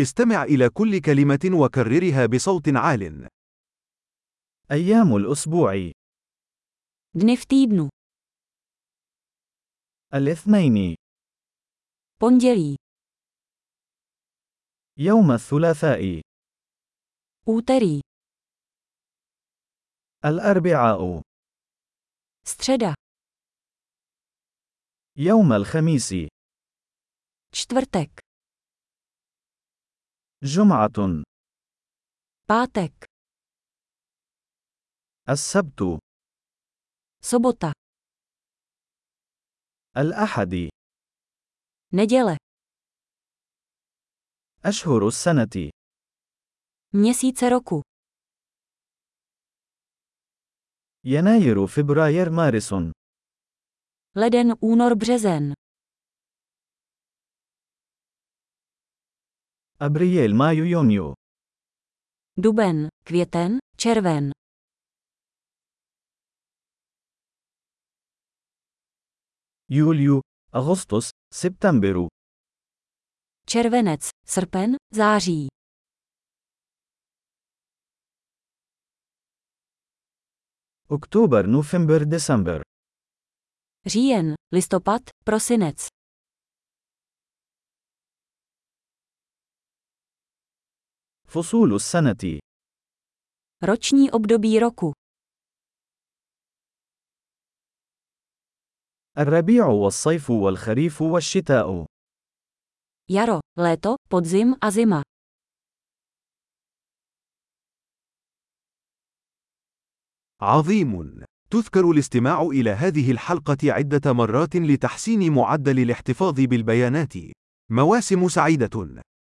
استمع إلى كل كلمة وكررها بصوت عال. أيام الأسبوع Dny v týdnu. الاثنين Pondělí, يوم الثلاثاء úterý, الأربعاء středa, يوم الخميس čtvrtek, جمعة pátek, السبت sobota, الأحد neděle, أشهر السنة měsíce roku, يناير فبراير مارس leden, únor, březen, أبريل مايو يونيو duben, květen, červen, يوليو أغسطس سبتمبر červenec, srpen, září, أكتوبر نوفمبر ديسمبر říjen, listopad, prosinec, فصول السنة roční období roku, الربيع والصيف والخريف والشتاء jaro, léto, podzim a zima, عظيم. تذكر الاستماع إلى هذه الحلقة عدة مرات لتحسين معدل الاحتفاظ بالبيانات. مواسم سعيدة.